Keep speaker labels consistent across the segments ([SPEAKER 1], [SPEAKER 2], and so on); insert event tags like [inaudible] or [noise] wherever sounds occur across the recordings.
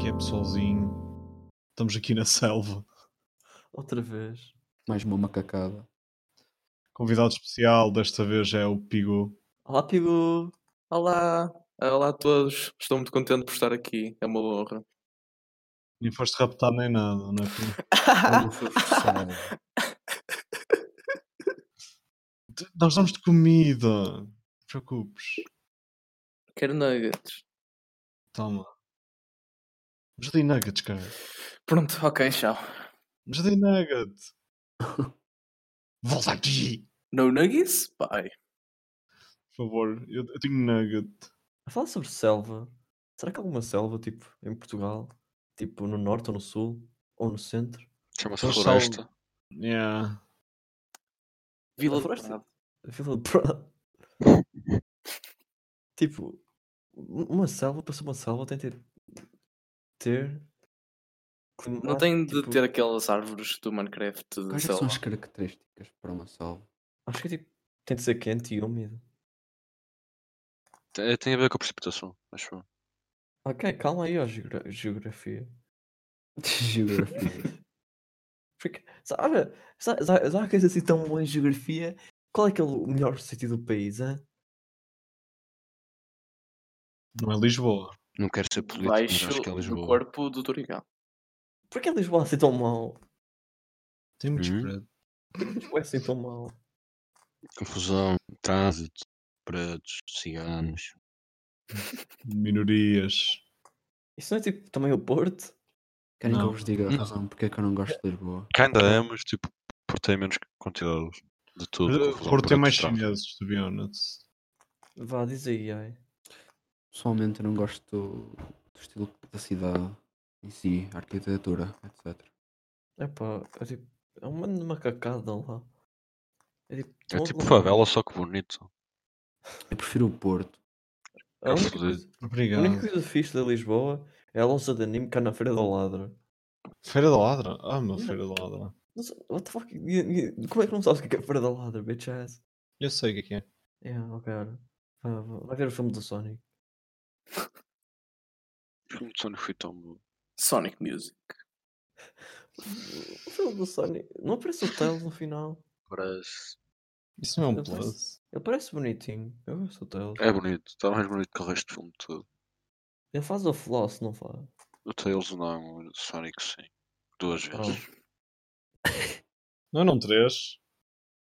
[SPEAKER 1] campo sozinho. é Estamos aqui na selva.
[SPEAKER 2] Outra vez.
[SPEAKER 3] Mais uma macacada.
[SPEAKER 1] Convidado especial desta vez é o Pigo.
[SPEAKER 2] Olá, Pigo! Olá! Ah, Olá a todos. Estou muito contente por estar aqui. É uma honra.
[SPEAKER 1] Nem foste raptado nem nada, não é?
[SPEAKER 4] [laughs]
[SPEAKER 1] Pigo?
[SPEAKER 3] Olha, foi forçado.
[SPEAKER 1] T- Nós damos de comida. Não te preocupes.
[SPEAKER 2] Quero nuggets.
[SPEAKER 1] Toma. Já dei nuggets, cara.
[SPEAKER 2] Pronto, ok, tchau.
[SPEAKER 1] Já dei nugget.
[SPEAKER 4] [laughs]
[SPEAKER 1] Volta aqui.
[SPEAKER 2] No nuggets? Bye.
[SPEAKER 1] Por favor, eu, eu tenho nugget.
[SPEAKER 5] A falar sobre selva, será que há alguma selva, tipo, em Portugal? Tipo, no norte ou no sul? Ou no centro?
[SPEAKER 4] Chama-se
[SPEAKER 1] Eles são-
[SPEAKER 4] Floresta.
[SPEAKER 1] Yeah.
[SPEAKER 2] Vila do
[SPEAKER 5] Floresta?
[SPEAKER 2] Prado.
[SPEAKER 5] A Vila [laughs] de Prado? tipo, um- uma selva, para ser uma selva, tem de ter... ter clima-
[SPEAKER 2] Não tem de
[SPEAKER 5] tipo,
[SPEAKER 2] ter aquelas árvores do Minecraft de
[SPEAKER 3] Quais é que são
[SPEAKER 2] selva.
[SPEAKER 3] as características para uma selva?
[SPEAKER 5] Acho que é, tipo, tem de ser quente e úmido.
[SPEAKER 4] Te- Tem a ver com a precipitação, acho eu.
[SPEAKER 5] Ok, calma aí, ó, geogra- geografia.
[SPEAKER 3] [laughs] Geografia.
[SPEAKER 5] Porque, sabe, sabe, sabe, sabe que és assim tão bom em geografia? Qual é que é o melhor sítio do país, hã?
[SPEAKER 1] Não é Lisboa.
[SPEAKER 4] Não quero ser político, mas
[SPEAKER 2] Baixo
[SPEAKER 4] acho que é
[SPEAKER 2] do
[SPEAKER 4] Lisboa.
[SPEAKER 2] corpo do Dorigal.
[SPEAKER 5] Porquê Lisboa é assim tão mal?
[SPEAKER 1] Tem muito
[SPEAKER 4] Hum.
[SPEAKER 1] spread.
[SPEAKER 5] Lisboa é assim tão mal?
[SPEAKER 4] Confusão, trânsito, pretos, ciganos.
[SPEAKER 1] Minorias.
[SPEAKER 5] Isso não é tipo também o Porto?
[SPEAKER 3] Querem que
[SPEAKER 1] Não.
[SPEAKER 3] eu vos diga a
[SPEAKER 1] Não.
[SPEAKER 3] [laughs] razão porque é que eu não gosto de Lisboa?
[SPEAKER 4] Que ainda é, mas tipo, por ter menos quantidade um de tudo. confusão,
[SPEAKER 1] Porto tem
[SPEAKER 4] pretos,
[SPEAKER 1] eh, mais
[SPEAKER 4] trânsito.
[SPEAKER 1] chineses, to be honest.
[SPEAKER 5] Vá, diz aí, ai.
[SPEAKER 3] Pessoalmente eu não gosto do, do estilo da cidade em si, a arquitetura, etc.
[SPEAKER 5] Epá, é tipo, é uma macacada lá. É tipo,
[SPEAKER 4] É
[SPEAKER 5] tão
[SPEAKER 4] tipo
[SPEAKER 5] longe.
[SPEAKER 4] favela, só que bonito.
[SPEAKER 3] Eu prefiro o Porto.
[SPEAKER 5] é A única,
[SPEAKER 4] fudido.
[SPEAKER 5] coisa, a única
[SPEAKER 1] Obrigado.
[SPEAKER 5] coisa fixe da Lisboa é a loja de anime cá na Feira do Ladra.
[SPEAKER 1] Feira da Ladra? Ah, meu Feira da Ladra.
[SPEAKER 5] Não sei- What the fuck? E- e- Como é que não sabes o que é a Feira do Ladra, bitch ass?
[SPEAKER 1] Eu sei o que é que é.
[SPEAKER 5] É, ok, olha. Vai- vai- Vai ver o filme do Sonic.
[SPEAKER 4] O Sonic foi tão bom.
[SPEAKER 2] Sonic Music.
[SPEAKER 5] O filme do Sonic. Não aparece o Tails no final.
[SPEAKER 4] Parece.
[SPEAKER 1] Isso não é um
[SPEAKER 5] Eu sei.
[SPEAKER 1] plus.
[SPEAKER 5] Ele parece bonitinho. Eu gosto do Tails.
[SPEAKER 4] É bonito, está mais bonito que o resto do filme todo.
[SPEAKER 5] Ele faz o floss, não faz?
[SPEAKER 4] O Tails não, o Sonic sim. Duas vezes.
[SPEAKER 1] Não eram três?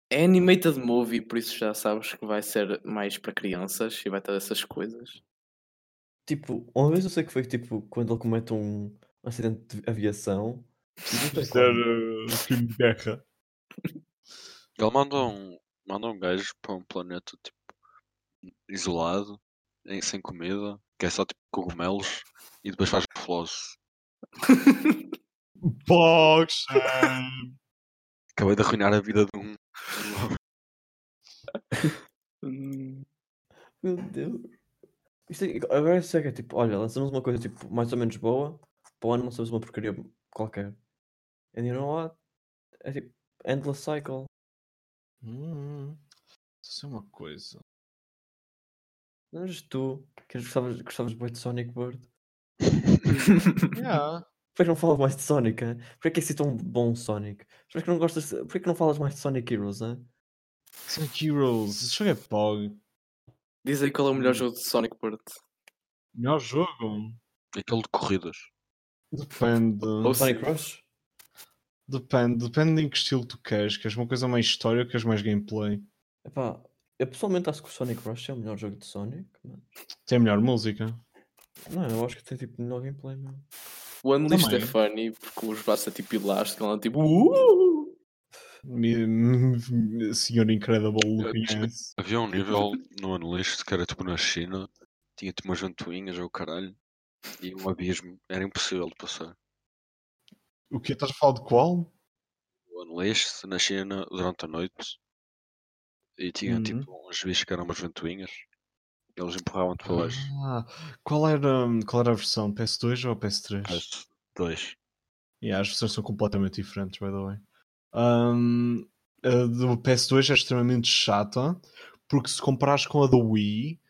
[SPEAKER 2] É animated movie, por isso já sabes que vai ser mais para crianças e vai ter essas coisas.
[SPEAKER 5] Tipo, uma vez eu sei que foi tipo quando ele comete um acidente de aviação. e não sei
[SPEAKER 1] Isto era
[SPEAKER 5] quando.
[SPEAKER 1] uh, filme de guerra.
[SPEAKER 4] Ele manda um, manda um gajo para um planeta tipo isolado, em- sem comida, que é só tipo cogumelos, e depois faz floss.
[SPEAKER 1] Box!
[SPEAKER 4] Acabei de arruinar a vida de um. de um homem.
[SPEAKER 2] Hum,
[SPEAKER 5] Meu Deus. Isto é- agora eu sei que é tipo, olha, lançamos uma coisa tipo mais ou menos boa, para o ano lançamos uma porcaria qualquer. And you know what? É tipo, endless cycle.
[SPEAKER 1] [laughs] hum, isso é uma coisa.
[SPEAKER 5] Não eras tu que eras- gostavas, gostavas bem de Sonic Bird?
[SPEAKER 1] Yeah.
[SPEAKER 5] Porquê que não falas mais de Sonic, hein? Porquê que é assim tão bom Sonic? Porquê que não gostas, porquê que não falas mais de Sonic Heroes, hein?
[SPEAKER 1] Sonic Heroes. Esse jogo é pog.
[SPEAKER 2] Diz aí qual é o melhor jogo de Sonic Bird.
[SPEAKER 1] Melhor jogo?
[SPEAKER 4] Aquele de corridas.
[SPEAKER 1] Depende.
[SPEAKER 2] Ou
[SPEAKER 5] Sonic
[SPEAKER 2] seja,
[SPEAKER 5] Rush?
[SPEAKER 1] Depende. Depende em que estilo tu queres. Queres uma coisa mais história ou queres mais gameplay?
[SPEAKER 5] Epá, eu pessoalmente acho que o Sonic Rush é o melhor jogo de Sonic, mas...
[SPEAKER 1] Tem a é melhor música?
[SPEAKER 5] Não, eu acho que tem tipo melhor gameplay mesmo.
[SPEAKER 2] O Unleashed é
[SPEAKER 1] Também.
[SPEAKER 2] funny porque os braços é tipo elástico, ela é tipo. "Uh!"
[SPEAKER 1] Mi- [laughs] mi- mi- Senhor Incredible
[SPEAKER 4] Eu-
[SPEAKER 1] looking ass.
[SPEAKER 4] Havia um nível no Unleashed que era tipo na China, tinha tipo umas ventoinhas ou caralho, e um abismo, era impossível de passar.
[SPEAKER 1] O que estás a falar de qual?
[SPEAKER 4] O Unleashed na China durante a noite, e tinha
[SPEAKER 1] Uhum.
[SPEAKER 4] tipo uns bichos que eram umas ventoinhas, e eles empurravam-te para baixo.
[SPEAKER 1] Ah, qual, era, qual era a versão? PS2 ou PS3?
[SPEAKER 4] Mas Dois.
[SPEAKER 1] Yeah, as versões são completamente diferentes, by the way. Ahm, a do PS2 é extremamente chata, porque se comparares com a um, da Wii,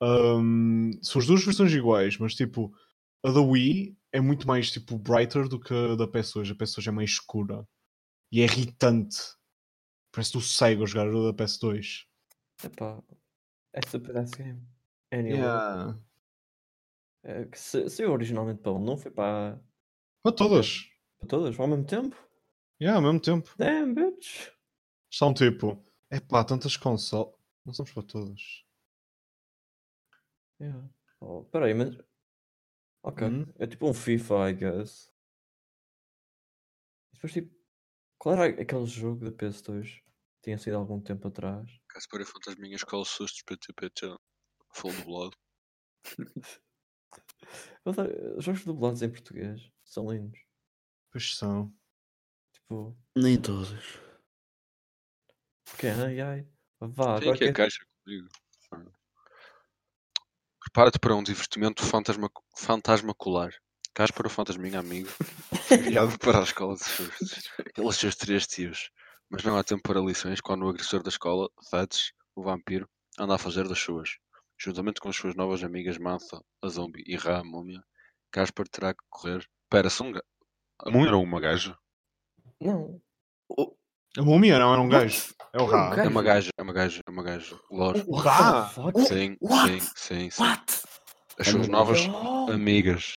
[SPEAKER 1] ahm, são as duas versões iguais, mas tipo, a da Wii é muito mais tipo brighter do que a da PS hoje. A PS hoje é mais escura e é irritante. Parece que tu cego a jogar o da PS2.
[SPEAKER 5] Epá, é super esse game. Anyway,
[SPEAKER 1] Yeah.
[SPEAKER 5] é, que se, saiu originalmente para um, não foi para,
[SPEAKER 1] Para todas.
[SPEAKER 5] para todas ao mesmo tempo?
[SPEAKER 1] Yeah, ao mesmo tempo.
[SPEAKER 5] Damn, bitch!
[SPEAKER 1] São tipo, é pá, tantas consoles. Não somos para todas.
[SPEAKER 5] Yeah. Oh, peraí, mas. Ok,
[SPEAKER 1] Hum?
[SPEAKER 5] é tipo um FIFA, I guess. E depois, tipo, qual era aquele jogo da PS2 que tinha saído há algum tempo atrás?
[SPEAKER 4] Casper e Fantasminhas com sustos PTPT. Full dublado.
[SPEAKER 5] Eu adoro- tá, Jogos dublados em português são lindos.
[SPEAKER 1] Pois são.
[SPEAKER 5] Tipo,
[SPEAKER 3] Nem todos.
[SPEAKER 5] porque ai ai, vá,
[SPEAKER 4] Tem
[SPEAKER 5] agora
[SPEAKER 4] aqui a
[SPEAKER 5] que é-
[SPEAKER 4] caixa comigo. Prepara-te para um divertimento fantasma... fantasmacular. Casper o Fantasminha Amigo. Criado para a escola de sustos. Pelos seus três tios. Mas não há tempo para lições quando o agressor da escola, Fats, o vampiro, anda a fazer das suas. Juntamente com as suas novas amigas Mantha, a zombie e Ra, a múmia, Casper terá que correr. Pera, são um ga... A múmia era uma gaja?
[SPEAKER 5] Não,
[SPEAKER 2] O-
[SPEAKER 1] A múmia não era um gajo. É o Ra.
[SPEAKER 4] É uma gaja, é uma gaja, é uma gaja. Lore.
[SPEAKER 1] O
[SPEAKER 5] what
[SPEAKER 1] Ra!
[SPEAKER 5] the fuck?
[SPEAKER 4] Sim,
[SPEAKER 2] What?
[SPEAKER 4] sim, sim, sim.
[SPEAKER 2] What?
[SPEAKER 4] As suas novas amigas.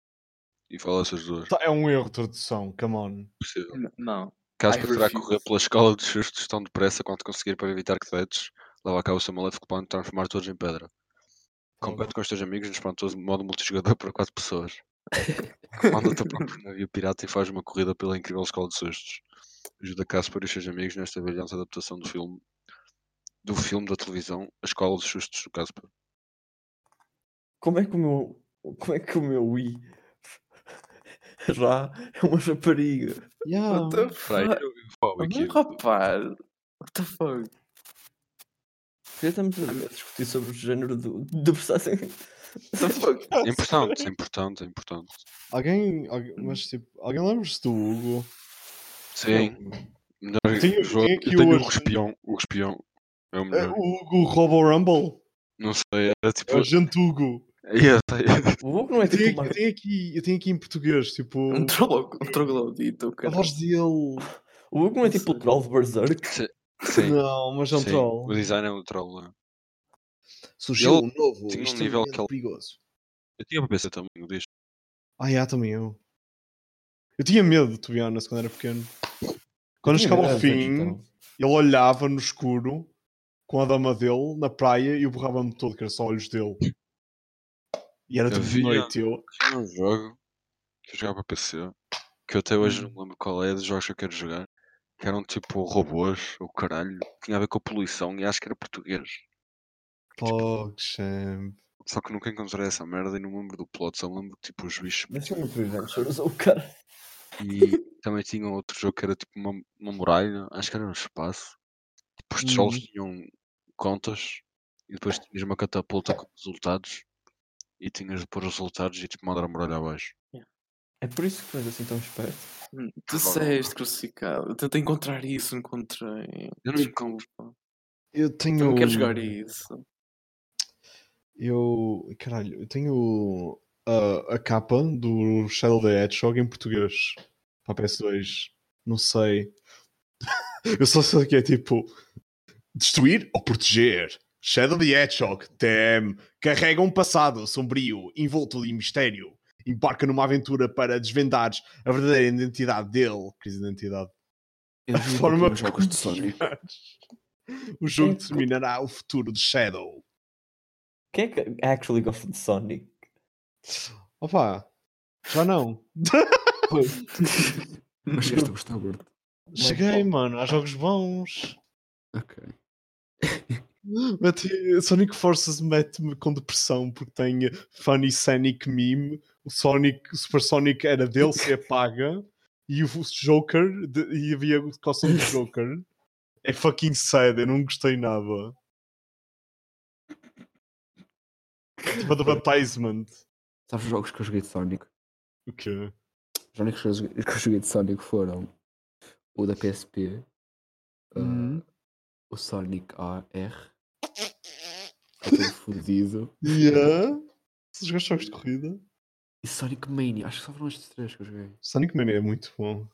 [SPEAKER 4] E fala essas duas.
[SPEAKER 1] Tá, É um erro de tradução, come on.
[SPEAKER 4] Possível.
[SPEAKER 2] N- Não.
[SPEAKER 4] Casper terá que
[SPEAKER 2] refuse.
[SPEAKER 4] correr pela escola de sustos tão depressa quanto conseguir para evitar que Fetch leva a cabo o seu maléfico plano de transformar todos em pedra. Compete com os teus amigos no espantoso modo multijogador para 4 pessoas. Manda o teu próprio navio pirata e faz uma corrida pela incrível escola de sustos. Ajuda Casper e os seus amigos nesta brilhante adaptação do filme do filme da televisão A Escola de Sustos do Casper.
[SPEAKER 5] Como é que o meu. Como é que o meu [laughs] Wii já é uma rapariga?
[SPEAKER 1] Yeah.
[SPEAKER 2] What the
[SPEAKER 4] Peraí,
[SPEAKER 2] fuck?
[SPEAKER 4] eu vi o Fábio aqui.
[SPEAKER 2] Rapaz. What the fuck?
[SPEAKER 5] Já estamos a a discutir sobre o género do, do personagem.
[SPEAKER 2] What the fuck?
[SPEAKER 4] É importante, é importante, é importante.
[SPEAKER 1] Alguém, algu- mas tipo, alguém lembra-se do Hugo?
[SPEAKER 4] Sim, melhor
[SPEAKER 1] Tenho-
[SPEAKER 4] jogo.
[SPEAKER 1] tenho
[SPEAKER 4] Eu
[SPEAKER 1] aqui
[SPEAKER 4] tenho o
[SPEAKER 1] hoje-
[SPEAKER 4] Respião. O Respião é o
[SPEAKER 1] É,
[SPEAKER 4] melhor.
[SPEAKER 1] o Hugo Robo Rumble?
[SPEAKER 4] Não sei, era
[SPEAKER 1] É
[SPEAKER 4] tipo. [laughs]
[SPEAKER 1] o gente Hugo.
[SPEAKER 4] Yeah, tá-
[SPEAKER 5] O Hugo não é
[SPEAKER 1] Eu
[SPEAKER 5] tipo
[SPEAKER 1] tenho,
[SPEAKER 5] uma.
[SPEAKER 1] eu tenho aqui, eu tenho aqui em português, tipo,
[SPEAKER 2] Um trolo- um troglodito,
[SPEAKER 1] a
[SPEAKER 2] cara.
[SPEAKER 1] voz dele.
[SPEAKER 5] O Hugo não é tipo o troll de Berserk.
[SPEAKER 4] Sim,
[SPEAKER 1] Não, mas é um
[SPEAKER 4] sim, O
[SPEAKER 1] troll.
[SPEAKER 4] design é um troll. é.
[SPEAKER 1] Surgiu
[SPEAKER 4] Ele
[SPEAKER 1] um novo,
[SPEAKER 4] tinha um
[SPEAKER 1] extremamente
[SPEAKER 4] nível que ele-
[SPEAKER 1] perigoso.
[SPEAKER 4] Eu tinha para pensar também o disco.
[SPEAKER 1] Ah, yeah, também eu. Eu tinha medo, to be honest, quando era pequeno. Quando chegava
[SPEAKER 5] é
[SPEAKER 1] ao
[SPEAKER 5] assim
[SPEAKER 1] fim, ele olhava no escuro com a dama dele na praia e eu borrava-me todo, que era só olhos dele. E era
[SPEAKER 4] Eu
[SPEAKER 1] tipo de
[SPEAKER 4] via.
[SPEAKER 1] noite eu.
[SPEAKER 4] Tinha um jogo que eu jogava para PC que eu até hoje
[SPEAKER 1] Hum.
[SPEAKER 4] não lembro qual é dos jogos que eu quero jogar. Que eram tipo robôs, o caralho. Tinha a ver com a poluição e acho que era português.
[SPEAKER 1] Pog, champ.
[SPEAKER 4] Só que nunca encontrei essa merda e não me lembro do plot, só me lembro que tipo os bichos.
[SPEAKER 5] Deixa-me ver, Ventures. O oh, cara.
[SPEAKER 4] E também tinha outro jogo que era tipo uma, uma muralha, acho que era um espaço. Tipo, os tijolos tinham contas e depois tinhas uma catapulta com resultados e tinhas de pôr os resultados e tipo mandar a muralha abaixo.
[SPEAKER 5] É por isso que tu és assim tão esperto.
[SPEAKER 2] Hum, Tu disseste crucificado. Eu tentei encontrar isso, não encontrei.
[SPEAKER 4] Eu não encontro.
[SPEAKER 2] Desculpa.
[SPEAKER 1] Eu
[SPEAKER 2] Eu
[SPEAKER 1] tenho. um
[SPEAKER 2] não quero jogar isso.
[SPEAKER 1] Eu. Caralho, eu tenho a, a capa do Shadow the Hedgehog em português para a PS2. Não sei. [laughs] Eu só sei que é tipo. Destruir ou proteger? Shadow the Hedgehog, TM, carrega um passado sombrio, envolto de mistério. Embarca numa aventura para desvendares a verdadeira identidade dele. Crise de identidade.
[SPEAKER 3] Eu
[SPEAKER 1] A
[SPEAKER 3] vi um
[SPEAKER 1] forma
[SPEAKER 3] pouquinho os jogos de [laughs] Sonic.
[SPEAKER 1] O jogo determinará o futuro de Shadow.
[SPEAKER 5] Quem é que actually gosta de Sonic?
[SPEAKER 1] Opa, já não.
[SPEAKER 3] Mas este eu gostava muito.
[SPEAKER 1] Cheguei, mano. Há jogos bons.
[SPEAKER 3] Ok.
[SPEAKER 1] Mete- eh, Sonic Forces mete-me com depressão porque tem Funny Sonic Meme. O Sonic, o Super Sonic era dele, se apaga. E o Joker, de- e havia o costume do Joker. É fucking sad, eu não gostei nada. Tipo advertisement.
[SPEAKER 3] Sabes os jogos que eu joguei de Sonic?
[SPEAKER 1] O quê?
[SPEAKER 3] Os únicos que eu joguei- [laughs] que eu joguei de Sonic foram o da PSP, ah,
[SPEAKER 1] Uhum.
[SPEAKER 3] o Sonic AR, que é todo fodido,
[SPEAKER 1] Yeah. Se jogaste jogos de corrida?
[SPEAKER 3] E Sonic Mania. Acho que só foram estes três que eu joguei. [laughs]
[SPEAKER 1] Sonic Mania é muito bom.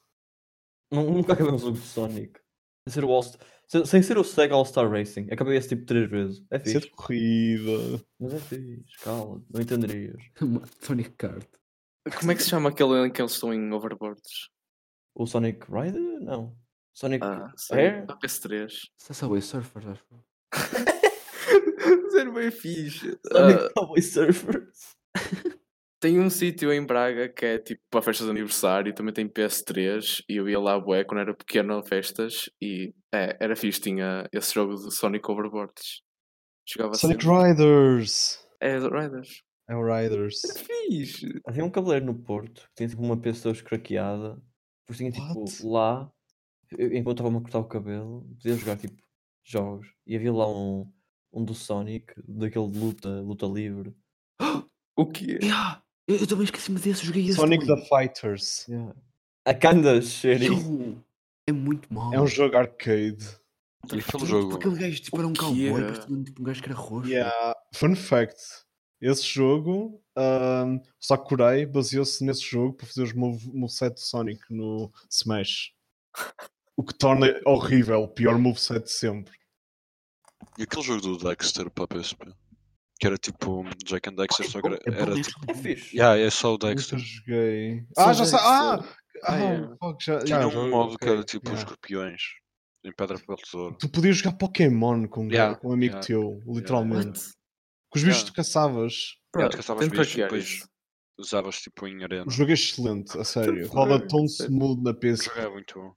[SPEAKER 5] Nu- Nunca acabei um jogo de Sonic. Sem ser o, All sem, sem ser o Sega All-Star Racing. Acabei esse tipo três vezes. É
[SPEAKER 1] Isso é
[SPEAKER 5] fixe.
[SPEAKER 1] de corrida.
[SPEAKER 5] Mas é fixe. Cala, não entenderias.
[SPEAKER 3] Sonic Kart.
[SPEAKER 2] Como é que se chama aquele em que eles estão em overboards?
[SPEAKER 5] O Sonic Rider? Não. Sonic
[SPEAKER 2] Ah, sei.
[SPEAKER 5] Air?
[SPEAKER 2] Para PS3.
[SPEAKER 3] Sassaway Surfers, acho que foi.
[SPEAKER 2] Ser bem fixe.
[SPEAKER 5] Sonic
[SPEAKER 2] Ah,
[SPEAKER 5] Cowboy Surfers? [laughs]
[SPEAKER 2] tem um sítio em Braga que é tipo para festas de aniversário, também tem PS3 e eu ia lá bué quando era pequeno a festas e é, era fixe, tinha esse jogo do Sonic Overboards. Jogava
[SPEAKER 1] Sonic
[SPEAKER 2] sempre.
[SPEAKER 1] Riders!
[SPEAKER 2] É, Riders.
[SPEAKER 1] É o Riders.
[SPEAKER 2] Era fixe.
[SPEAKER 5] Havia um cabeleireiro no Porto que tinha tipo uma pessoa escraqueada. Depois tinha tipo
[SPEAKER 1] What?
[SPEAKER 5] lá, eu- enquanto estava-me a cortar o cabelo, podia jogar tipo jogos. E havia lá um, um do Sonic, daquele de luta, luta livre.
[SPEAKER 2] O quê?
[SPEAKER 3] Ya! Eu, eu também esqueci-me desse, joguei esse.
[SPEAKER 1] Sonic the
[SPEAKER 3] também.
[SPEAKER 1] Fighters.
[SPEAKER 5] Yeah. A Kanda Sherry.
[SPEAKER 3] Yo! É muito
[SPEAKER 4] Uhum.
[SPEAKER 3] mau.
[SPEAKER 1] É um jogo arcade.
[SPEAKER 4] E é aquele
[SPEAKER 3] Tipo,
[SPEAKER 4] jogo.
[SPEAKER 3] Aquele gajo tipo,
[SPEAKER 2] O
[SPEAKER 3] era um
[SPEAKER 2] que
[SPEAKER 3] cowboy,
[SPEAKER 2] era?
[SPEAKER 3] mas tinha tipo, um gajo que era roxo.
[SPEAKER 1] Yeah. Fun fact: esse jogo, ahm, Sakurai baseou-se nesse jogo para fazer os move- moveset do Sonic no Smash. O que torna horrível, o pior moveset de sempre.
[SPEAKER 4] E aquele jogo do Dexter para PSP? Que era tipo um Jack and Dexter, só que era,
[SPEAKER 3] É bom,
[SPEAKER 4] era
[SPEAKER 3] é
[SPEAKER 4] tipo.
[SPEAKER 3] bom.
[SPEAKER 5] [laughs] É fixe.
[SPEAKER 4] Yeah, é só o
[SPEAKER 1] Nunca
[SPEAKER 4] Dexter.
[SPEAKER 1] joguei. Ah, já sei! Ah! Ah,
[SPEAKER 2] é.
[SPEAKER 1] fuck, já,
[SPEAKER 4] Tinha
[SPEAKER 1] já
[SPEAKER 4] um
[SPEAKER 1] joguei,
[SPEAKER 4] modo que era
[SPEAKER 1] ok,
[SPEAKER 4] tipo
[SPEAKER 1] yeah.
[SPEAKER 4] os escorpiões em pedra, papel, tesouro.
[SPEAKER 1] Tu podias jogar Pokémon com, um
[SPEAKER 4] Yeah,
[SPEAKER 1] cara- com um amigo
[SPEAKER 4] yeah,
[SPEAKER 1] teu, literalmente.
[SPEAKER 2] What?
[SPEAKER 1] Com os bichos
[SPEAKER 4] Yeah.
[SPEAKER 1] que tu caçavas.
[SPEAKER 4] Yeah,
[SPEAKER 2] Bro,
[SPEAKER 4] tu caçavas
[SPEAKER 2] tento
[SPEAKER 4] bichos e
[SPEAKER 2] hackear
[SPEAKER 4] depois
[SPEAKER 2] isso.
[SPEAKER 4] Usavas tipo em arena.
[SPEAKER 1] O jogo é excelente, a sério.
[SPEAKER 2] What the
[SPEAKER 1] Roda
[SPEAKER 2] fuck?
[SPEAKER 1] tão smooth na
[SPEAKER 4] O
[SPEAKER 1] PC.
[SPEAKER 4] jogo é muito bom.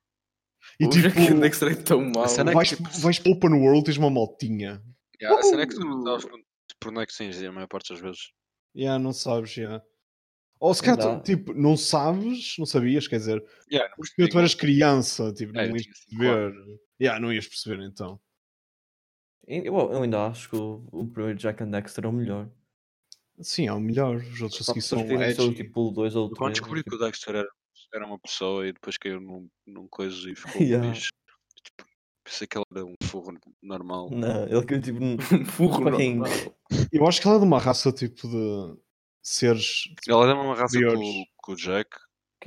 [SPEAKER 1] E
[SPEAKER 2] o
[SPEAKER 1] tipo,
[SPEAKER 2] Jack and Dexter é tão mau.
[SPEAKER 4] cena é que,
[SPEAKER 1] vais,
[SPEAKER 4] tipo,
[SPEAKER 1] vais para open world tens uma motinha.
[SPEAKER 4] Yeah, A cena é que tu não usavas por- por onde é que tens a maior parte das vezes.
[SPEAKER 1] Yeah, não sabes, yeah. Ou se
[SPEAKER 5] Não
[SPEAKER 1] calhar, tu,
[SPEAKER 5] dá.
[SPEAKER 1] tipo, não sabes, não sabias, quer dizer,
[SPEAKER 4] Yeah, não
[SPEAKER 1] porque tu
[SPEAKER 4] percebi.
[SPEAKER 1] eras criança, tipo,
[SPEAKER 4] É, eu
[SPEAKER 1] não ias
[SPEAKER 4] tinha cinco
[SPEAKER 1] perceber. Yeah, não ias perceber então.
[SPEAKER 5] E- Eu, eu ainda acho que o, o primeiro Jack and Dexter é o melhor.
[SPEAKER 1] Sim, é o melhor. Os outros
[SPEAKER 5] Só
[SPEAKER 1] a seguir são
[SPEAKER 5] pessoas que têm
[SPEAKER 1] edgy.
[SPEAKER 5] só, tipo o 2 ou o
[SPEAKER 4] é um
[SPEAKER 5] tipo,
[SPEAKER 4] Eu
[SPEAKER 5] 3.
[SPEAKER 4] Quando descobri que o Dexter era, era uma pessoa e depois caiu num, num coisa e ficou
[SPEAKER 5] Yeah.
[SPEAKER 4] um bicho, tipo, pensei que ele era um forro normal.
[SPEAKER 5] Não, ele que
[SPEAKER 4] [laughs]
[SPEAKER 5] tipo. num-
[SPEAKER 2] Um burro
[SPEAKER 5] Fucking-
[SPEAKER 2] normal.
[SPEAKER 1] Eu acho que ela é de uma raça, tipo, de seres...
[SPEAKER 4] Ele era uma raça
[SPEAKER 1] Piores.
[SPEAKER 4] com, com o Jack,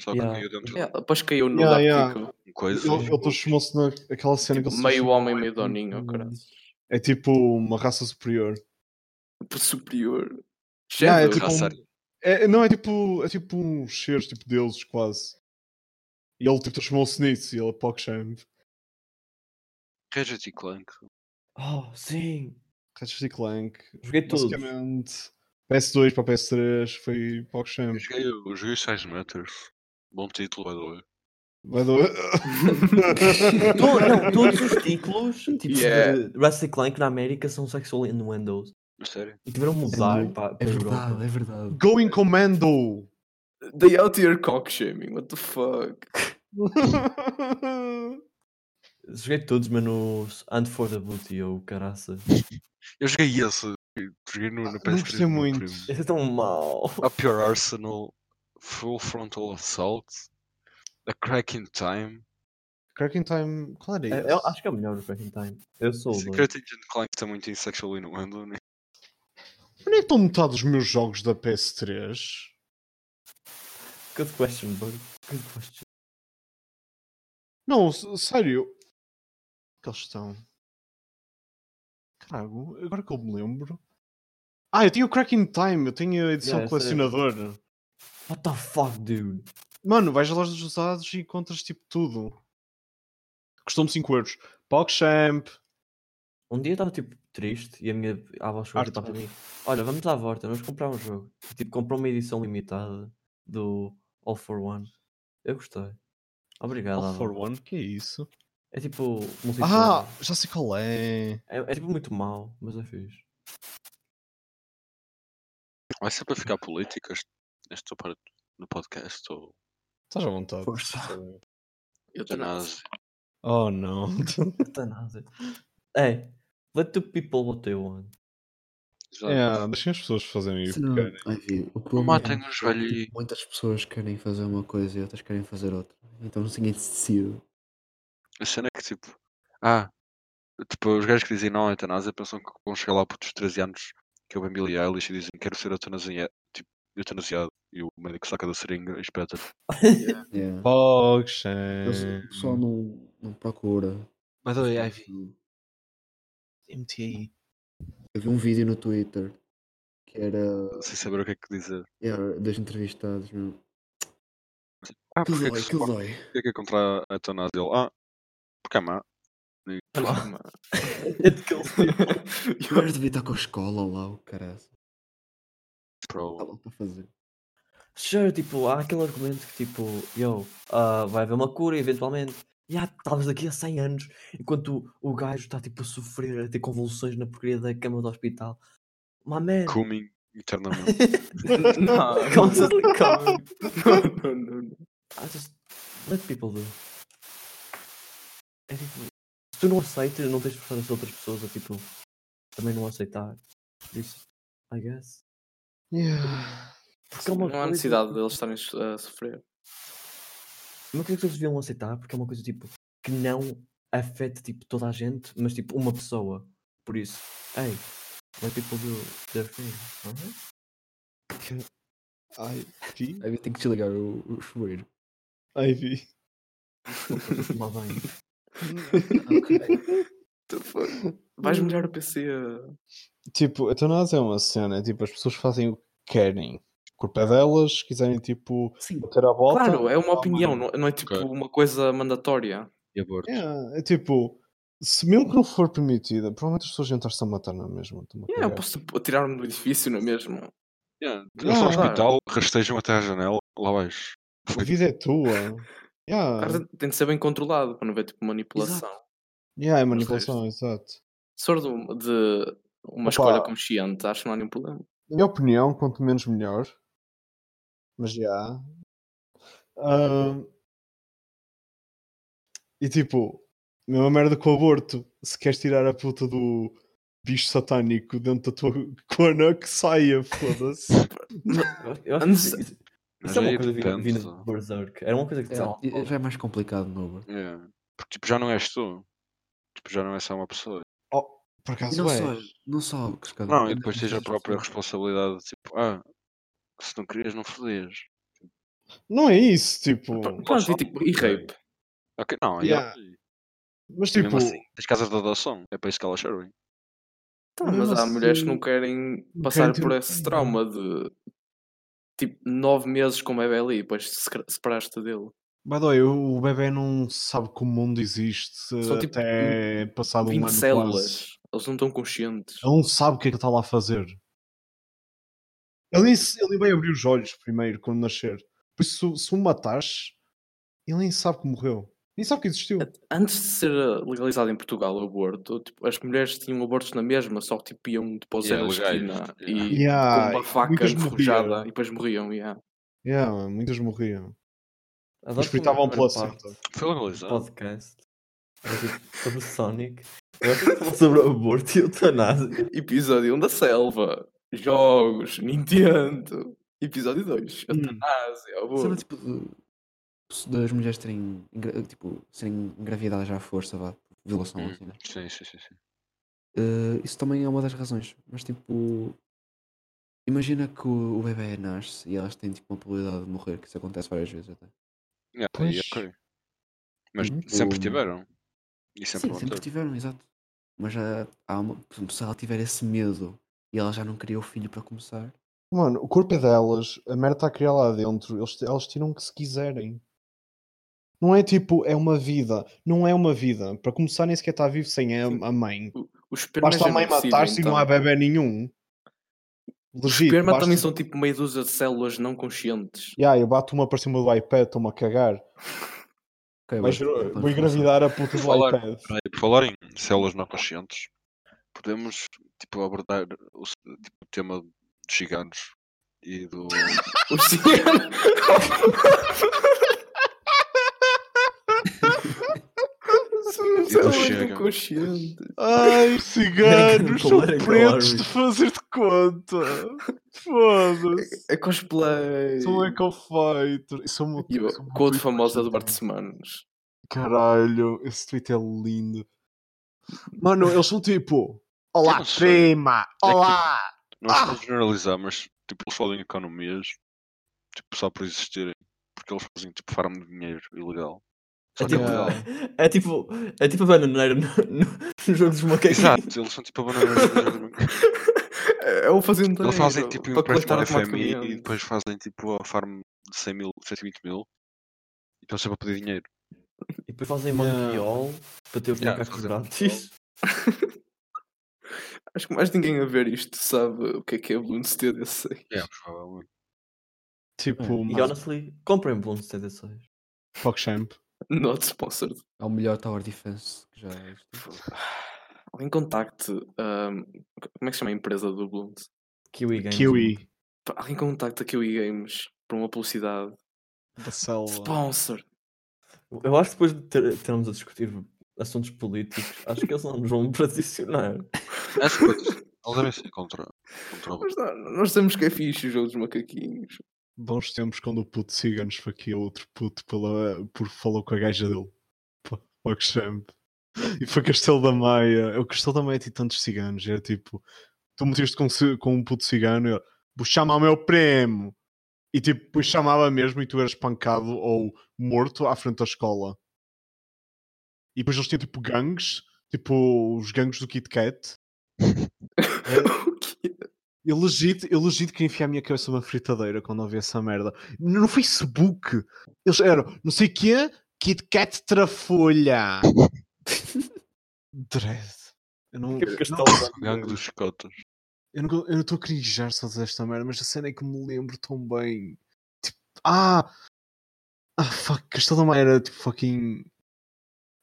[SPEAKER 4] só que
[SPEAKER 5] Yeah.
[SPEAKER 4] caiu dentro
[SPEAKER 2] Yeah, Depois caiu no
[SPEAKER 1] Yeah,
[SPEAKER 2] lá,
[SPEAKER 1] yeah.
[SPEAKER 2] tipo,
[SPEAKER 4] de um coisa.
[SPEAKER 1] Ele, ele transformou-se naquela cena é que ele se
[SPEAKER 2] meio
[SPEAKER 1] transformou
[SPEAKER 2] homem,
[SPEAKER 1] em-
[SPEAKER 2] meio doninho, ó, caralho.
[SPEAKER 1] É tipo uma raça superior.
[SPEAKER 2] Por Tipo, superior.
[SPEAKER 1] Yeah, é
[SPEAKER 2] Shadow.
[SPEAKER 1] tipo um-
[SPEAKER 4] raça-
[SPEAKER 1] É- não, é tipo, é tipo uns seres, tipo, deuses, quase. E ele, tipo, transformou-se nisso, e ele é PogChamp.
[SPEAKER 4] Ratchet e Clank.
[SPEAKER 1] Uhum.
[SPEAKER 5] Oh, sim!
[SPEAKER 1] Ratchet e Clank.
[SPEAKER 5] Joguei todos.
[SPEAKER 1] Basicamente, PS2 para PS3 foi PogChamp.
[SPEAKER 4] Eu joguei, eu joguei o Size Matters. Bom título, by the way.
[SPEAKER 1] Vai do...
[SPEAKER 4] [laughs]
[SPEAKER 5] To- não, todos os títulos tipo,
[SPEAKER 2] Yeah.
[SPEAKER 5] de Ratchet Clank na América são sexual innuendos.
[SPEAKER 4] A sério?
[SPEAKER 5] E tiveram que mudar
[SPEAKER 1] mu-
[SPEAKER 5] para,
[SPEAKER 3] É
[SPEAKER 5] para a
[SPEAKER 3] verdade,
[SPEAKER 5] Europa.
[SPEAKER 3] é verdade.
[SPEAKER 1] Going Commando!
[SPEAKER 2] They out here cock shaming, what the fuck?
[SPEAKER 5] Joguei todos, menos Ant for the Booty ou [laughs] caraça.
[SPEAKER 4] Eu joguei esse. Joguei no, no PS3.
[SPEAKER 1] não gostei
[SPEAKER 4] com o meu
[SPEAKER 1] muito.
[SPEAKER 4] primo.
[SPEAKER 5] Esse é tão mau.
[SPEAKER 4] A Pure Arsenal, Full Frontal Assault, A Cracking Time,
[SPEAKER 1] [laughs] Cracking Time, claro, é
[SPEAKER 5] É-
[SPEAKER 1] esse.
[SPEAKER 5] eu acho que é o melhor do Cracking Time. Eu sou o dois.
[SPEAKER 4] Secret Agent Clank está muito em sexual innuendo. né?
[SPEAKER 1] Onde é que estão metade dos meus jogos da PS3?
[SPEAKER 5] Good question, bro. Good question.
[SPEAKER 1] Não, s- sério. é Que eles estão. Carago, agora que eu me lembro. Ah, eu tinha o Cracking Time, eu tinha a edição
[SPEAKER 5] Yeah, é eu sei.
[SPEAKER 1] colecionadora.
[SPEAKER 5] What the fuck, dude?
[SPEAKER 1] Mano, vais a lojas usados e encontras tipo tudo. Custou-me 5 euros. PogChamp.
[SPEAKER 5] Um dia eu estava tipo triste e a minha avó chegou a
[SPEAKER 1] Arte
[SPEAKER 3] tá
[SPEAKER 5] contar para
[SPEAKER 1] Boy.
[SPEAKER 5] mim: Olha, vamos à volta, vamos comprar um jogo. E, tipo, comprou uma edição limitada do All for One. Eu gostei. Obrigado,
[SPEAKER 1] All
[SPEAKER 5] avó.
[SPEAKER 1] for One, que é isso?
[SPEAKER 5] É tipo multiplayer.
[SPEAKER 1] Ah, já sei qual é.
[SPEAKER 5] É, é tipo muito mau, mas é fixe.
[SPEAKER 4] Vai ser para ficar políticas nesta parte no podcast ou
[SPEAKER 1] Estás à vontade.
[SPEAKER 3] Força.
[SPEAKER 2] Eu tô na-
[SPEAKER 4] eutanásia.
[SPEAKER 1] Oh [laughs] não.
[SPEAKER 5] Eutanásia. Ei, let the people what they want.
[SPEAKER 4] Exato.
[SPEAKER 1] É, deixem as pessoas fazerem
[SPEAKER 3] Se
[SPEAKER 1] isso.
[SPEAKER 3] não-
[SPEAKER 1] porque
[SPEAKER 3] Ai, vi, o
[SPEAKER 4] Não
[SPEAKER 3] problema é
[SPEAKER 4] matem um os velhos.
[SPEAKER 3] que muitas pessoas querem fazer uma coisa e outras querem fazer outra. Então ninguém se decide.
[SPEAKER 4] A cena é que tipo. Ah, tipo, os gajos que dizem não à é eutanásia pensam que vão chegar lá por dos 13 anos que eu bem Billie Eilish e dizem quero ser eutanasia. Tipo, eutanasiado e o médico saca da seringa e espeta.
[SPEAKER 3] Yeah.
[SPEAKER 1] Bog
[SPEAKER 3] É. Eu só- O pessoal não, não procura. Tipo,
[SPEAKER 4] Mas olha, IV.
[SPEAKER 1] MTI.
[SPEAKER 3] Eu vi um vídeo no Twitter que era
[SPEAKER 4] Sem saber o que é que dizer.
[SPEAKER 3] era dos entrevistados. Meu.
[SPEAKER 4] Ah,
[SPEAKER 3] Que
[SPEAKER 4] porque é
[SPEAKER 3] dói,
[SPEAKER 4] que,
[SPEAKER 3] que
[SPEAKER 4] suporta-
[SPEAKER 3] dói. [laughs]
[SPEAKER 4] porque é que é contra a eutanásia? Ele, ah, porque é má. E-
[SPEAKER 2] Calma.
[SPEAKER 3] Eu acho que devia estar com a escola lá, o caralho. é
[SPEAKER 4] Pro.
[SPEAKER 3] Está logo para fazer.
[SPEAKER 5] Sure, tipo, há aquele argumento que tipo, yo, ah, vai haver uma cura eventualmente. E há, talvez daqui a 100 anos, enquanto o gajo está tipo a sofrer, a ter convulsões na porcaria da cama do hospital. My man, [laughs]
[SPEAKER 4] Coming eternamente.
[SPEAKER 2] [laughs] Não, [laughs]
[SPEAKER 5] constantly coming.
[SPEAKER 2] não, não, não, não.
[SPEAKER 5] I just let people do. É tipo, se tu não aceitas, não tens de forçar as outras pessoas a tipo, também não aceitar. Por Isso, I guess. Porque é uma
[SPEAKER 2] Não há
[SPEAKER 5] coisa-
[SPEAKER 2] necessidade deles estarem a sofrer.
[SPEAKER 5] Não creio que eles deviam aceitar, porque é uma coisa tipo que não afeta tipo toda a gente, mas tipo uma pessoa. Por isso, ei, let people do their thing. [laughs] alright?
[SPEAKER 1] IV?
[SPEAKER 3] Aí tem que desligar o, o [laughs] chuveiro.
[SPEAKER 1] IV.
[SPEAKER 5] Vou fazer tomar banho.
[SPEAKER 3] Ah, É,
[SPEAKER 2] Vais melhorar o eh. PC a.
[SPEAKER 1] Tipo, então nós é uma cena, tipo, as pessoas fazem o que querem. O corpo é delas, se quiserem, tipo,
[SPEAKER 3] Sim.
[SPEAKER 1] bater à volta.
[SPEAKER 2] Claro, é uma
[SPEAKER 1] Ah,
[SPEAKER 2] opinião,
[SPEAKER 1] mano.
[SPEAKER 2] não, não é tipo
[SPEAKER 4] Ok.
[SPEAKER 2] uma coisa mandatória.
[SPEAKER 4] E aborto.
[SPEAKER 1] É, é tipo, se mesmo que não for permitida, provavelmente as pessoas iam estar-se a matar na mesma. estou-me a
[SPEAKER 2] Yeah, eu
[SPEAKER 1] cagar.
[SPEAKER 2] posso tipo, tirar-me do edifício, não é mesmo?
[SPEAKER 4] Yeah.
[SPEAKER 1] Ah,
[SPEAKER 4] Eles ao
[SPEAKER 1] claro.
[SPEAKER 4] é hospital, rastejam até à janela, lá baixo.
[SPEAKER 1] A vida é
[SPEAKER 2] [laughs]
[SPEAKER 1] tua.
[SPEAKER 2] O
[SPEAKER 1] Yeah,
[SPEAKER 2] cara tem de ser bem controlado para não ver tipo manipulação.
[SPEAKER 1] yeah, é manipulação, exato.
[SPEAKER 2] Se for de, um- de uma
[SPEAKER 1] Opa.
[SPEAKER 2] escolha consciente, acho que não há nenhum problema.
[SPEAKER 1] Na minha opinião, quanto menos melhor. Mas já. Ah, E tipo, mesma merda com o aborto. Se queres tirar a puta do bicho satânico dentro da tua [laughs] cona, que saia, foda-se.
[SPEAKER 5] Eu acho- Eu acho
[SPEAKER 2] Antes-
[SPEAKER 5] que isso, isso-
[SPEAKER 4] Mas
[SPEAKER 5] isso é
[SPEAKER 4] aí
[SPEAKER 5] uma coisa vi-
[SPEAKER 4] depende,
[SPEAKER 5] vinda
[SPEAKER 4] só.
[SPEAKER 5] de Berserk. Era uma coisa que sei lá,
[SPEAKER 3] É, já é mais complicado no Uber.
[SPEAKER 4] Yeah. Porque tipo, já não és tu. Tipo, já não é só uma pessoa.
[SPEAKER 1] Por
[SPEAKER 3] E
[SPEAKER 1] acaso
[SPEAKER 3] não
[SPEAKER 1] é.
[SPEAKER 3] só, não só o pescador.
[SPEAKER 4] Não, e depois
[SPEAKER 3] mas
[SPEAKER 4] tens a
[SPEAKER 3] as
[SPEAKER 4] própria
[SPEAKER 3] pessoas.
[SPEAKER 4] responsabilidade, tipo, ah, se não querias, não fodias.
[SPEAKER 1] Não é isso, tipo.
[SPEAKER 2] Pronto, e, tipo, e rape.
[SPEAKER 4] Ok, não, aí
[SPEAKER 1] Yeah.
[SPEAKER 4] é-
[SPEAKER 1] Mas
[SPEAKER 4] e
[SPEAKER 1] tipo,
[SPEAKER 4] mesmo assim, as casas de adoção, é para isso que elas servem.
[SPEAKER 2] Tá,
[SPEAKER 1] Mas
[SPEAKER 2] mas há
[SPEAKER 1] assim,
[SPEAKER 2] mulheres que não querem
[SPEAKER 1] não
[SPEAKER 2] passar
[SPEAKER 1] querem ter
[SPEAKER 2] por
[SPEAKER 1] um
[SPEAKER 2] esse
[SPEAKER 1] filho.
[SPEAKER 2] trauma de tipo nove meses com o bebê ali e depois se separa- separaste dele.
[SPEAKER 1] by the way, o bebê não sabe que o mundo existe
[SPEAKER 2] São, tipo,
[SPEAKER 1] até passado um
[SPEAKER 2] 20
[SPEAKER 1] ano quase.
[SPEAKER 2] células. Eles não estão conscientes.
[SPEAKER 1] Ele não sabe o que é que está lá a fazer. Ele, nem se- ele nem vai abrir os olhos primeiro quando nascer. Por isso, se, se o matares, ele nem sabe que morreu. Nem sabe que existiu.
[SPEAKER 2] É Antes de ser uh, legalizado em Portugal o aborto, tipo, as mulheres tinham abortos na mesma, só que tipo, iam depois
[SPEAKER 4] Yeah,
[SPEAKER 2] yeah, na
[SPEAKER 4] legais,
[SPEAKER 2] esquina
[SPEAKER 4] yeah.
[SPEAKER 2] e
[SPEAKER 1] é Yeah,
[SPEAKER 2] com uma
[SPEAKER 1] Ah, e
[SPEAKER 2] faca
[SPEAKER 1] muitas morriam.
[SPEAKER 2] enferrujada e depois morriam. Yeah.
[SPEAKER 1] Yeah, mano, muitas morriam. Mas
[SPEAKER 5] adoro como
[SPEAKER 1] gritavam
[SPEAKER 5] a primeira
[SPEAKER 1] placenta.
[SPEAKER 5] parte
[SPEAKER 4] Foi
[SPEAKER 5] do
[SPEAKER 4] legalizado.
[SPEAKER 5] Podcast era, tipo, sobre Sonic. Eu acho que falar sobre aborto e eutanásia.
[SPEAKER 2] Episódio 1 da selva, jogos, Nintendo. Episódio
[SPEAKER 1] Hum.
[SPEAKER 2] 2, eutanásia, oh,
[SPEAKER 3] Cena
[SPEAKER 2] aborto.
[SPEAKER 3] tipo de- das mulheres terem, engra- tipo, serem engravidadas à força, vá, por violação
[SPEAKER 4] Hum.
[SPEAKER 3] assim, né?
[SPEAKER 4] Sim, sim, sim. sim.
[SPEAKER 3] Eh, isso também é uma das razões. Mas tipo, imagina que o, o bebê nasce e elas têm tipo uma probabilidade de morrer, que isso acontece várias vezes até.
[SPEAKER 4] Yeah,
[SPEAKER 1] Pois.
[SPEAKER 4] aí, é ok. Mas
[SPEAKER 1] Uhum.
[SPEAKER 4] sempre
[SPEAKER 3] O-
[SPEAKER 4] tiveram. E sempre
[SPEAKER 3] Sim,
[SPEAKER 4] vão
[SPEAKER 3] sempre
[SPEAKER 4] ter.
[SPEAKER 3] tiveram, exato. Mas já há uma, por exemplo, se ela tiver esse medo e ela já não queria o filho para começar,
[SPEAKER 1] Mano, o corpo é delas, a merda está a criar lá dentro, eles, elas tiram o que se quiserem. Não é tipo, é uma vida. Não é uma vida. Para começar, nem sequer está vivo sem a, a mãe.
[SPEAKER 2] Os espermas
[SPEAKER 1] Basta a mãe
[SPEAKER 2] genocídio,
[SPEAKER 1] matar-se e não
[SPEAKER 2] então.
[SPEAKER 1] há bebê nenhum.
[SPEAKER 2] Os
[SPEAKER 1] Legítimo.
[SPEAKER 2] esperma também são tipo meia dúzia de células não conscientes.
[SPEAKER 1] Ya, eu bato uma para cima do iPad, estou-me a cagar. Mas
[SPEAKER 3] ok, basta,
[SPEAKER 1] eu- vou
[SPEAKER 3] vamos começar.
[SPEAKER 1] engravidar a puta do
[SPEAKER 4] Falar.
[SPEAKER 1] iPad.
[SPEAKER 4] Espera aí, Por Tipo, falar em células não conscientes, podemos tipo, abordar o, s- tipo, o tema dos gigantes e
[SPEAKER 2] [laughs]
[SPEAKER 4] do.
[SPEAKER 2] Os
[SPEAKER 1] [laughs]
[SPEAKER 2] ciganos.
[SPEAKER 4] E do
[SPEAKER 2] Elas
[SPEAKER 4] Chega.
[SPEAKER 2] estão conscientes.
[SPEAKER 1] Ai,
[SPEAKER 5] ciganos, são Claro, claro. pretos de
[SPEAKER 1] fazer de conta. Foda-se.
[SPEAKER 2] É cosplay.
[SPEAKER 1] um é Ecofighter. Isso é uma
[SPEAKER 2] E o- com outro famoso é do Bart Semanas.
[SPEAKER 1] Caralho, esse tweet é lindo. Mano, eles são tipo. Olá,
[SPEAKER 4] não sei.
[SPEAKER 1] prima!
[SPEAKER 4] É que-
[SPEAKER 1] Olá!
[SPEAKER 4] Não estou a
[SPEAKER 2] Ah!
[SPEAKER 4] generalizar, mas tipo, eles fazem economias tipo, só por existirem. Porque eles fazem tipo farm de dinheiro ilegal. Só
[SPEAKER 5] É
[SPEAKER 4] que
[SPEAKER 5] tipo-
[SPEAKER 4] é
[SPEAKER 2] [laughs]
[SPEAKER 4] legal.
[SPEAKER 5] É tipo, é tipo a bananeira no, no, no jogo dos macaquinhos.
[SPEAKER 4] Exato, eles são tipo a
[SPEAKER 2] [laughs]
[SPEAKER 4] banana.
[SPEAKER 2] É o fazendo
[SPEAKER 4] eles fazem tipo
[SPEAKER 2] para
[SPEAKER 4] empréstimo
[SPEAKER 2] coletar
[SPEAKER 4] ao FMI e
[SPEAKER 2] automaticamente.
[SPEAKER 4] depois fazem tipo a farm de 100 mil, 120 mil. E estão sempre a pedir dinheiro.
[SPEAKER 5] E depois fazem
[SPEAKER 1] Yeah.
[SPEAKER 5] manquiol para ter os
[SPEAKER 4] Yeah,
[SPEAKER 5] macacos
[SPEAKER 4] fazem
[SPEAKER 5] grátis.
[SPEAKER 2] Acho que mais ninguém a ver isto sabe o que é que é Bloons TDC.
[SPEAKER 4] É, provavelmente.
[SPEAKER 1] Tipo,
[SPEAKER 5] E honestly, comprem bons TD6.
[SPEAKER 1] Pogchamp.
[SPEAKER 2] [laughs] Not sponsored.
[SPEAKER 3] É o melhor Tower Defense que já existiu.
[SPEAKER 2] Alguém contacte. ahm, como é que se chama a empresa do Bloons?
[SPEAKER 5] Kiwi Games.
[SPEAKER 1] Kiwi.
[SPEAKER 2] Pá, Alguém contacte a Kiwi Games para uma publicidade.
[SPEAKER 1] Da célula.
[SPEAKER 2] Sponsor!
[SPEAKER 5] Eu acho que depois de ter- termos a discutir assuntos políticos, acho que eles não nos vão [laughs] patrocinar.
[SPEAKER 4] Acho que eles devem ser contra, contra o
[SPEAKER 2] [laughs] Mas não, nós sabemos que é fixe o jogo dos macaquinhos.
[SPEAKER 1] Bons tempos quando o puto Cigano esfaqueou outro puto pela, por falou com a gaja dele. Pá, Pogchamp. E foi Castelo da Maia. O Castelo da Maia tinha tantos ciganos. Era tipo, tu metiste com, ci- com um puto cigano e ele, vou chamar o meu primo. E tipo, depois chamava mesmo e tu eras pancado ou morto à frente da escola. E depois eles tinham tipo gangues, tipo os gangues do Kit Kat.
[SPEAKER 2] [laughs] O quê?
[SPEAKER 1] Eu legito, eu legito que enfiar a minha cabeça numa fritadeira quando ouvi essa merda. No no Facebook. Eles eram, não sei o quê, Kit Kat
[SPEAKER 2] [laughs]
[SPEAKER 1] Trafolha. Dread. Eu não
[SPEAKER 5] Castelo
[SPEAKER 4] gangue dos escotas.
[SPEAKER 1] eu não eu estou a crinjar só dizer esta merda, mas a cena é que me lembro tão bem. Tipo, ah! Ah, fuck, Castelo da Maia era tipo fucking.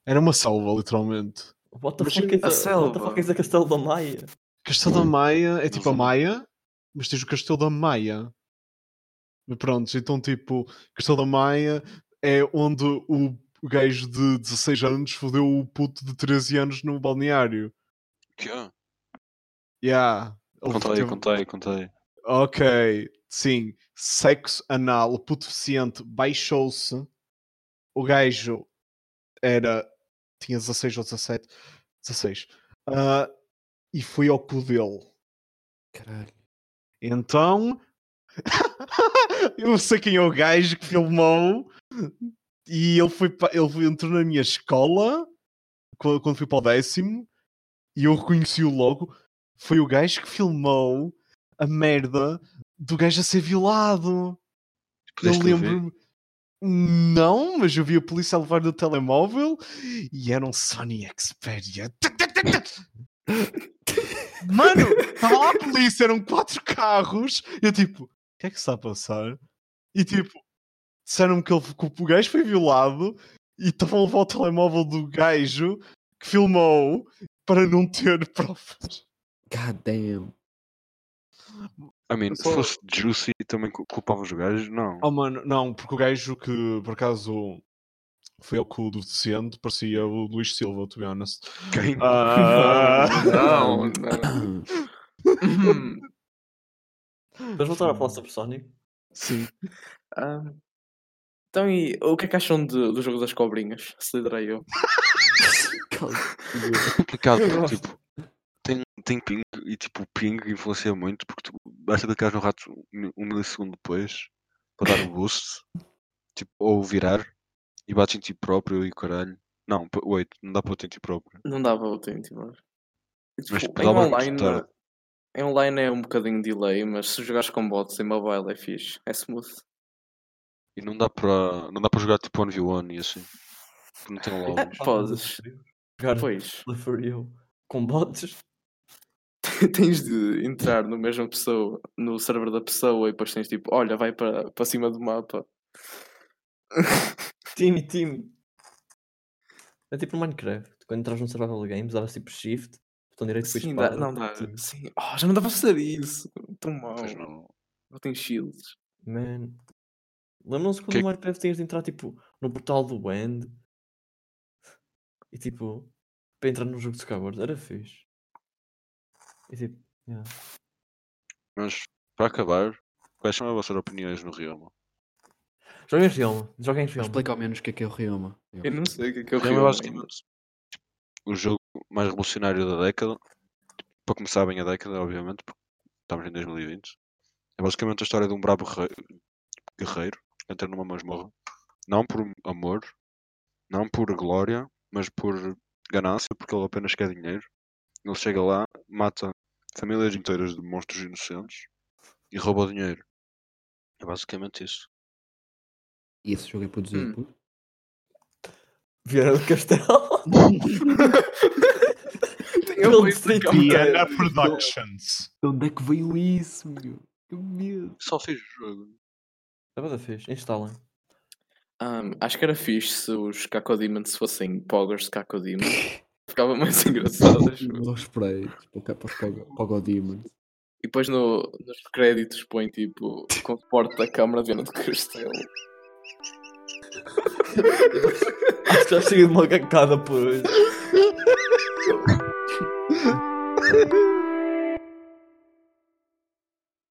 [SPEAKER 1] Era uma salva, literalmente.
[SPEAKER 5] What the,
[SPEAKER 1] Mas
[SPEAKER 5] fuck is
[SPEAKER 2] a
[SPEAKER 5] a, what the
[SPEAKER 2] selva.
[SPEAKER 5] fuck is a Castelo da Maia?
[SPEAKER 1] Castelo da Maia é tipo a
[SPEAKER 4] sei.
[SPEAKER 1] Maia, mas tens o Castelo da Maia. Mas Prontos, então tipo, Castelo da Maia é onde o gajo de 16 anos fodeu o puto de 13 anos no balneário.
[SPEAKER 4] Que é?
[SPEAKER 1] Yeah. Ele
[SPEAKER 4] Contei,
[SPEAKER 1] teve-
[SPEAKER 4] contei, contei.
[SPEAKER 1] Ok, sim. Sexo anal, o puto deficiente baixou-se. O gajo era. tinha 16 ou 17. 16. Ah, e foi ao cu dele.
[SPEAKER 3] Caralho.
[SPEAKER 1] Então, [laughs] eu sei quem é o gajo que filmou e ele, foi pa- ele foi- entrou na minha escola qu- quando fui para o décimo e eu reconheci-o logo. Foi o gajo que filmou a merda do gajo a ser violado. Eu
[SPEAKER 4] Pudeste ver?
[SPEAKER 1] lembro-me. Não, mas eu vi a polícia a levar do telemóvel e era um Sony Xperia.
[SPEAKER 4] [laughs]
[SPEAKER 1] Tac, tac, tac, tac. Mano, estava lá a polícia, eram quatro carros. E eu tipo, o que é que se está a passar? E tipo, disseram-me que, ele- que o gajo foi violado e estavam a levar o telemóvel do gajo que filmou para não ter [laughs] provas.
[SPEAKER 3] God damn.
[SPEAKER 4] I mean,
[SPEAKER 1] Eu
[SPEAKER 4] se
[SPEAKER 1] só-
[SPEAKER 4] fosse Juicy também cu- culpava os gajos? Não.
[SPEAKER 1] Oh mano, não, porque o gajo que por acaso foi ao cu do deficiente parecia o Luís Silva, to be honest.
[SPEAKER 4] Quem?
[SPEAKER 1] Oh.
[SPEAKER 4] [laughs]
[SPEAKER 1] Ah,
[SPEAKER 2] Não, não. [laughs] Hum,
[SPEAKER 5] Vamos voltar a falar sobre Sonic.
[SPEAKER 1] sim.
[SPEAKER 2] ah. Então, e o que é que acham de- do jogo das cobrinhas? Se liderei eu.
[SPEAKER 3] Cala-
[SPEAKER 4] complicado,
[SPEAKER 5] Eu
[SPEAKER 4] porque,
[SPEAKER 5] gosto.
[SPEAKER 4] tipo, tem, tem ping e tipo, o ping influencia muito porque tu basta clicar no rato um um milissegundo depois para dar o boost, [laughs] tipo, ou virar e bates em ti próprio e o caralho. Não, p- wait, não dá para bater em ti próprio.
[SPEAKER 2] Não dava o tempo.
[SPEAKER 4] Mas
[SPEAKER 2] Tipo, em
[SPEAKER 4] dava muito
[SPEAKER 2] online.
[SPEAKER 4] tarde.
[SPEAKER 2] Em online é um bocadinho delay, mas se jogares com bots em mobile é fixe. É smooth.
[SPEAKER 4] E não dá para não dá para jogar tipo 1v1 e assim. porque
[SPEAKER 1] [laughs]
[SPEAKER 4] Não tem logo.
[SPEAKER 2] Podes.
[SPEAKER 5] Jogar
[SPEAKER 2] Pois.
[SPEAKER 5] Play for You com bots.
[SPEAKER 2] [laughs] tens de entrar no mesmo pessoa, no server da pessoa e depois tens tipo, olha, vai para para cima do mapa.
[SPEAKER 5] Time, time. É tipo no Minecraft. Quando entras no Survival Games, davas tipo Shift, botão direito depois tipo,
[SPEAKER 2] Sim, dá-
[SPEAKER 5] espada,
[SPEAKER 2] não dá.
[SPEAKER 5] time.
[SPEAKER 2] Sim. Oh, já não dá para fazer isso. Tão mal.
[SPEAKER 1] Oh.
[SPEAKER 4] Pois não.
[SPEAKER 2] Não tem shields.
[SPEAKER 5] Man. Lembram-se quando
[SPEAKER 2] é
[SPEAKER 4] Que-
[SPEAKER 5] no Minecraft tinhas de entrar tipo no portal do End e tipo para entrar no jogo de Skyward era fixe. E tipo, yeah.
[SPEAKER 4] Mas para acabar, quais são as vossas opiniões no Rioma?
[SPEAKER 5] joga em Rioma, joga em Rioma.
[SPEAKER 3] Explica ao menos o que é que é o Ryoma.
[SPEAKER 2] Eu não sei o que é que eu
[SPEAKER 4] Rioma é basicamente o jogo mais revolucionário da década. Tipo, Para começar bem a década, obviamente, porque estamos em 2020. É basicamente a história de um brabo re- guerreiro que entra numa masmorra. Não por amor, não por glória, mas por ganância, porque ele apenas quer dinheiro. Ele chega lá, mata famílias inteiras de monstros inocentes e rouba o dinheiro. É basicamente isso.
[SPEAKER 3] E esse jogo é produzido
[SPEAKER 2] Hum.
[SPEAKER 3] por.
[SPEAKER 5] Vieira do Castelo.
[SPEAKER 2] [laughs]
[SPEAKER 5] Ele
[SPEAKER 2] Eu vou isso
[SPEAKER 5] disse
[SPEAKER 2] que é uma
[SPEAKER 1] Diana
[SPEAKER 2] coisa.
[SPEAKER 1] Productions.
[SPEAKER 3] De onde é que veio isso, meu? Que medo.
[SPEAKER 4] Só fiz o jogo.
[SPEAKER 5] Tá bem, fiz. Instalem.
[SPEAKER 2] Ahm, acho que era fixe se os Cacodemons fossem Poggers de Cacodemons. [laughs] Ficava mais engraçado. acho eu.
[SPEAKER 3] Os sprays, tipo, para os Pogo- Pogodemons.
[SPEAKER 2] E depois no- nos créditos põe tipo com o suporte da câmara de Ana do Castelo.
[SPEAKER 5] Acho que já chega de uma cacada por hoje.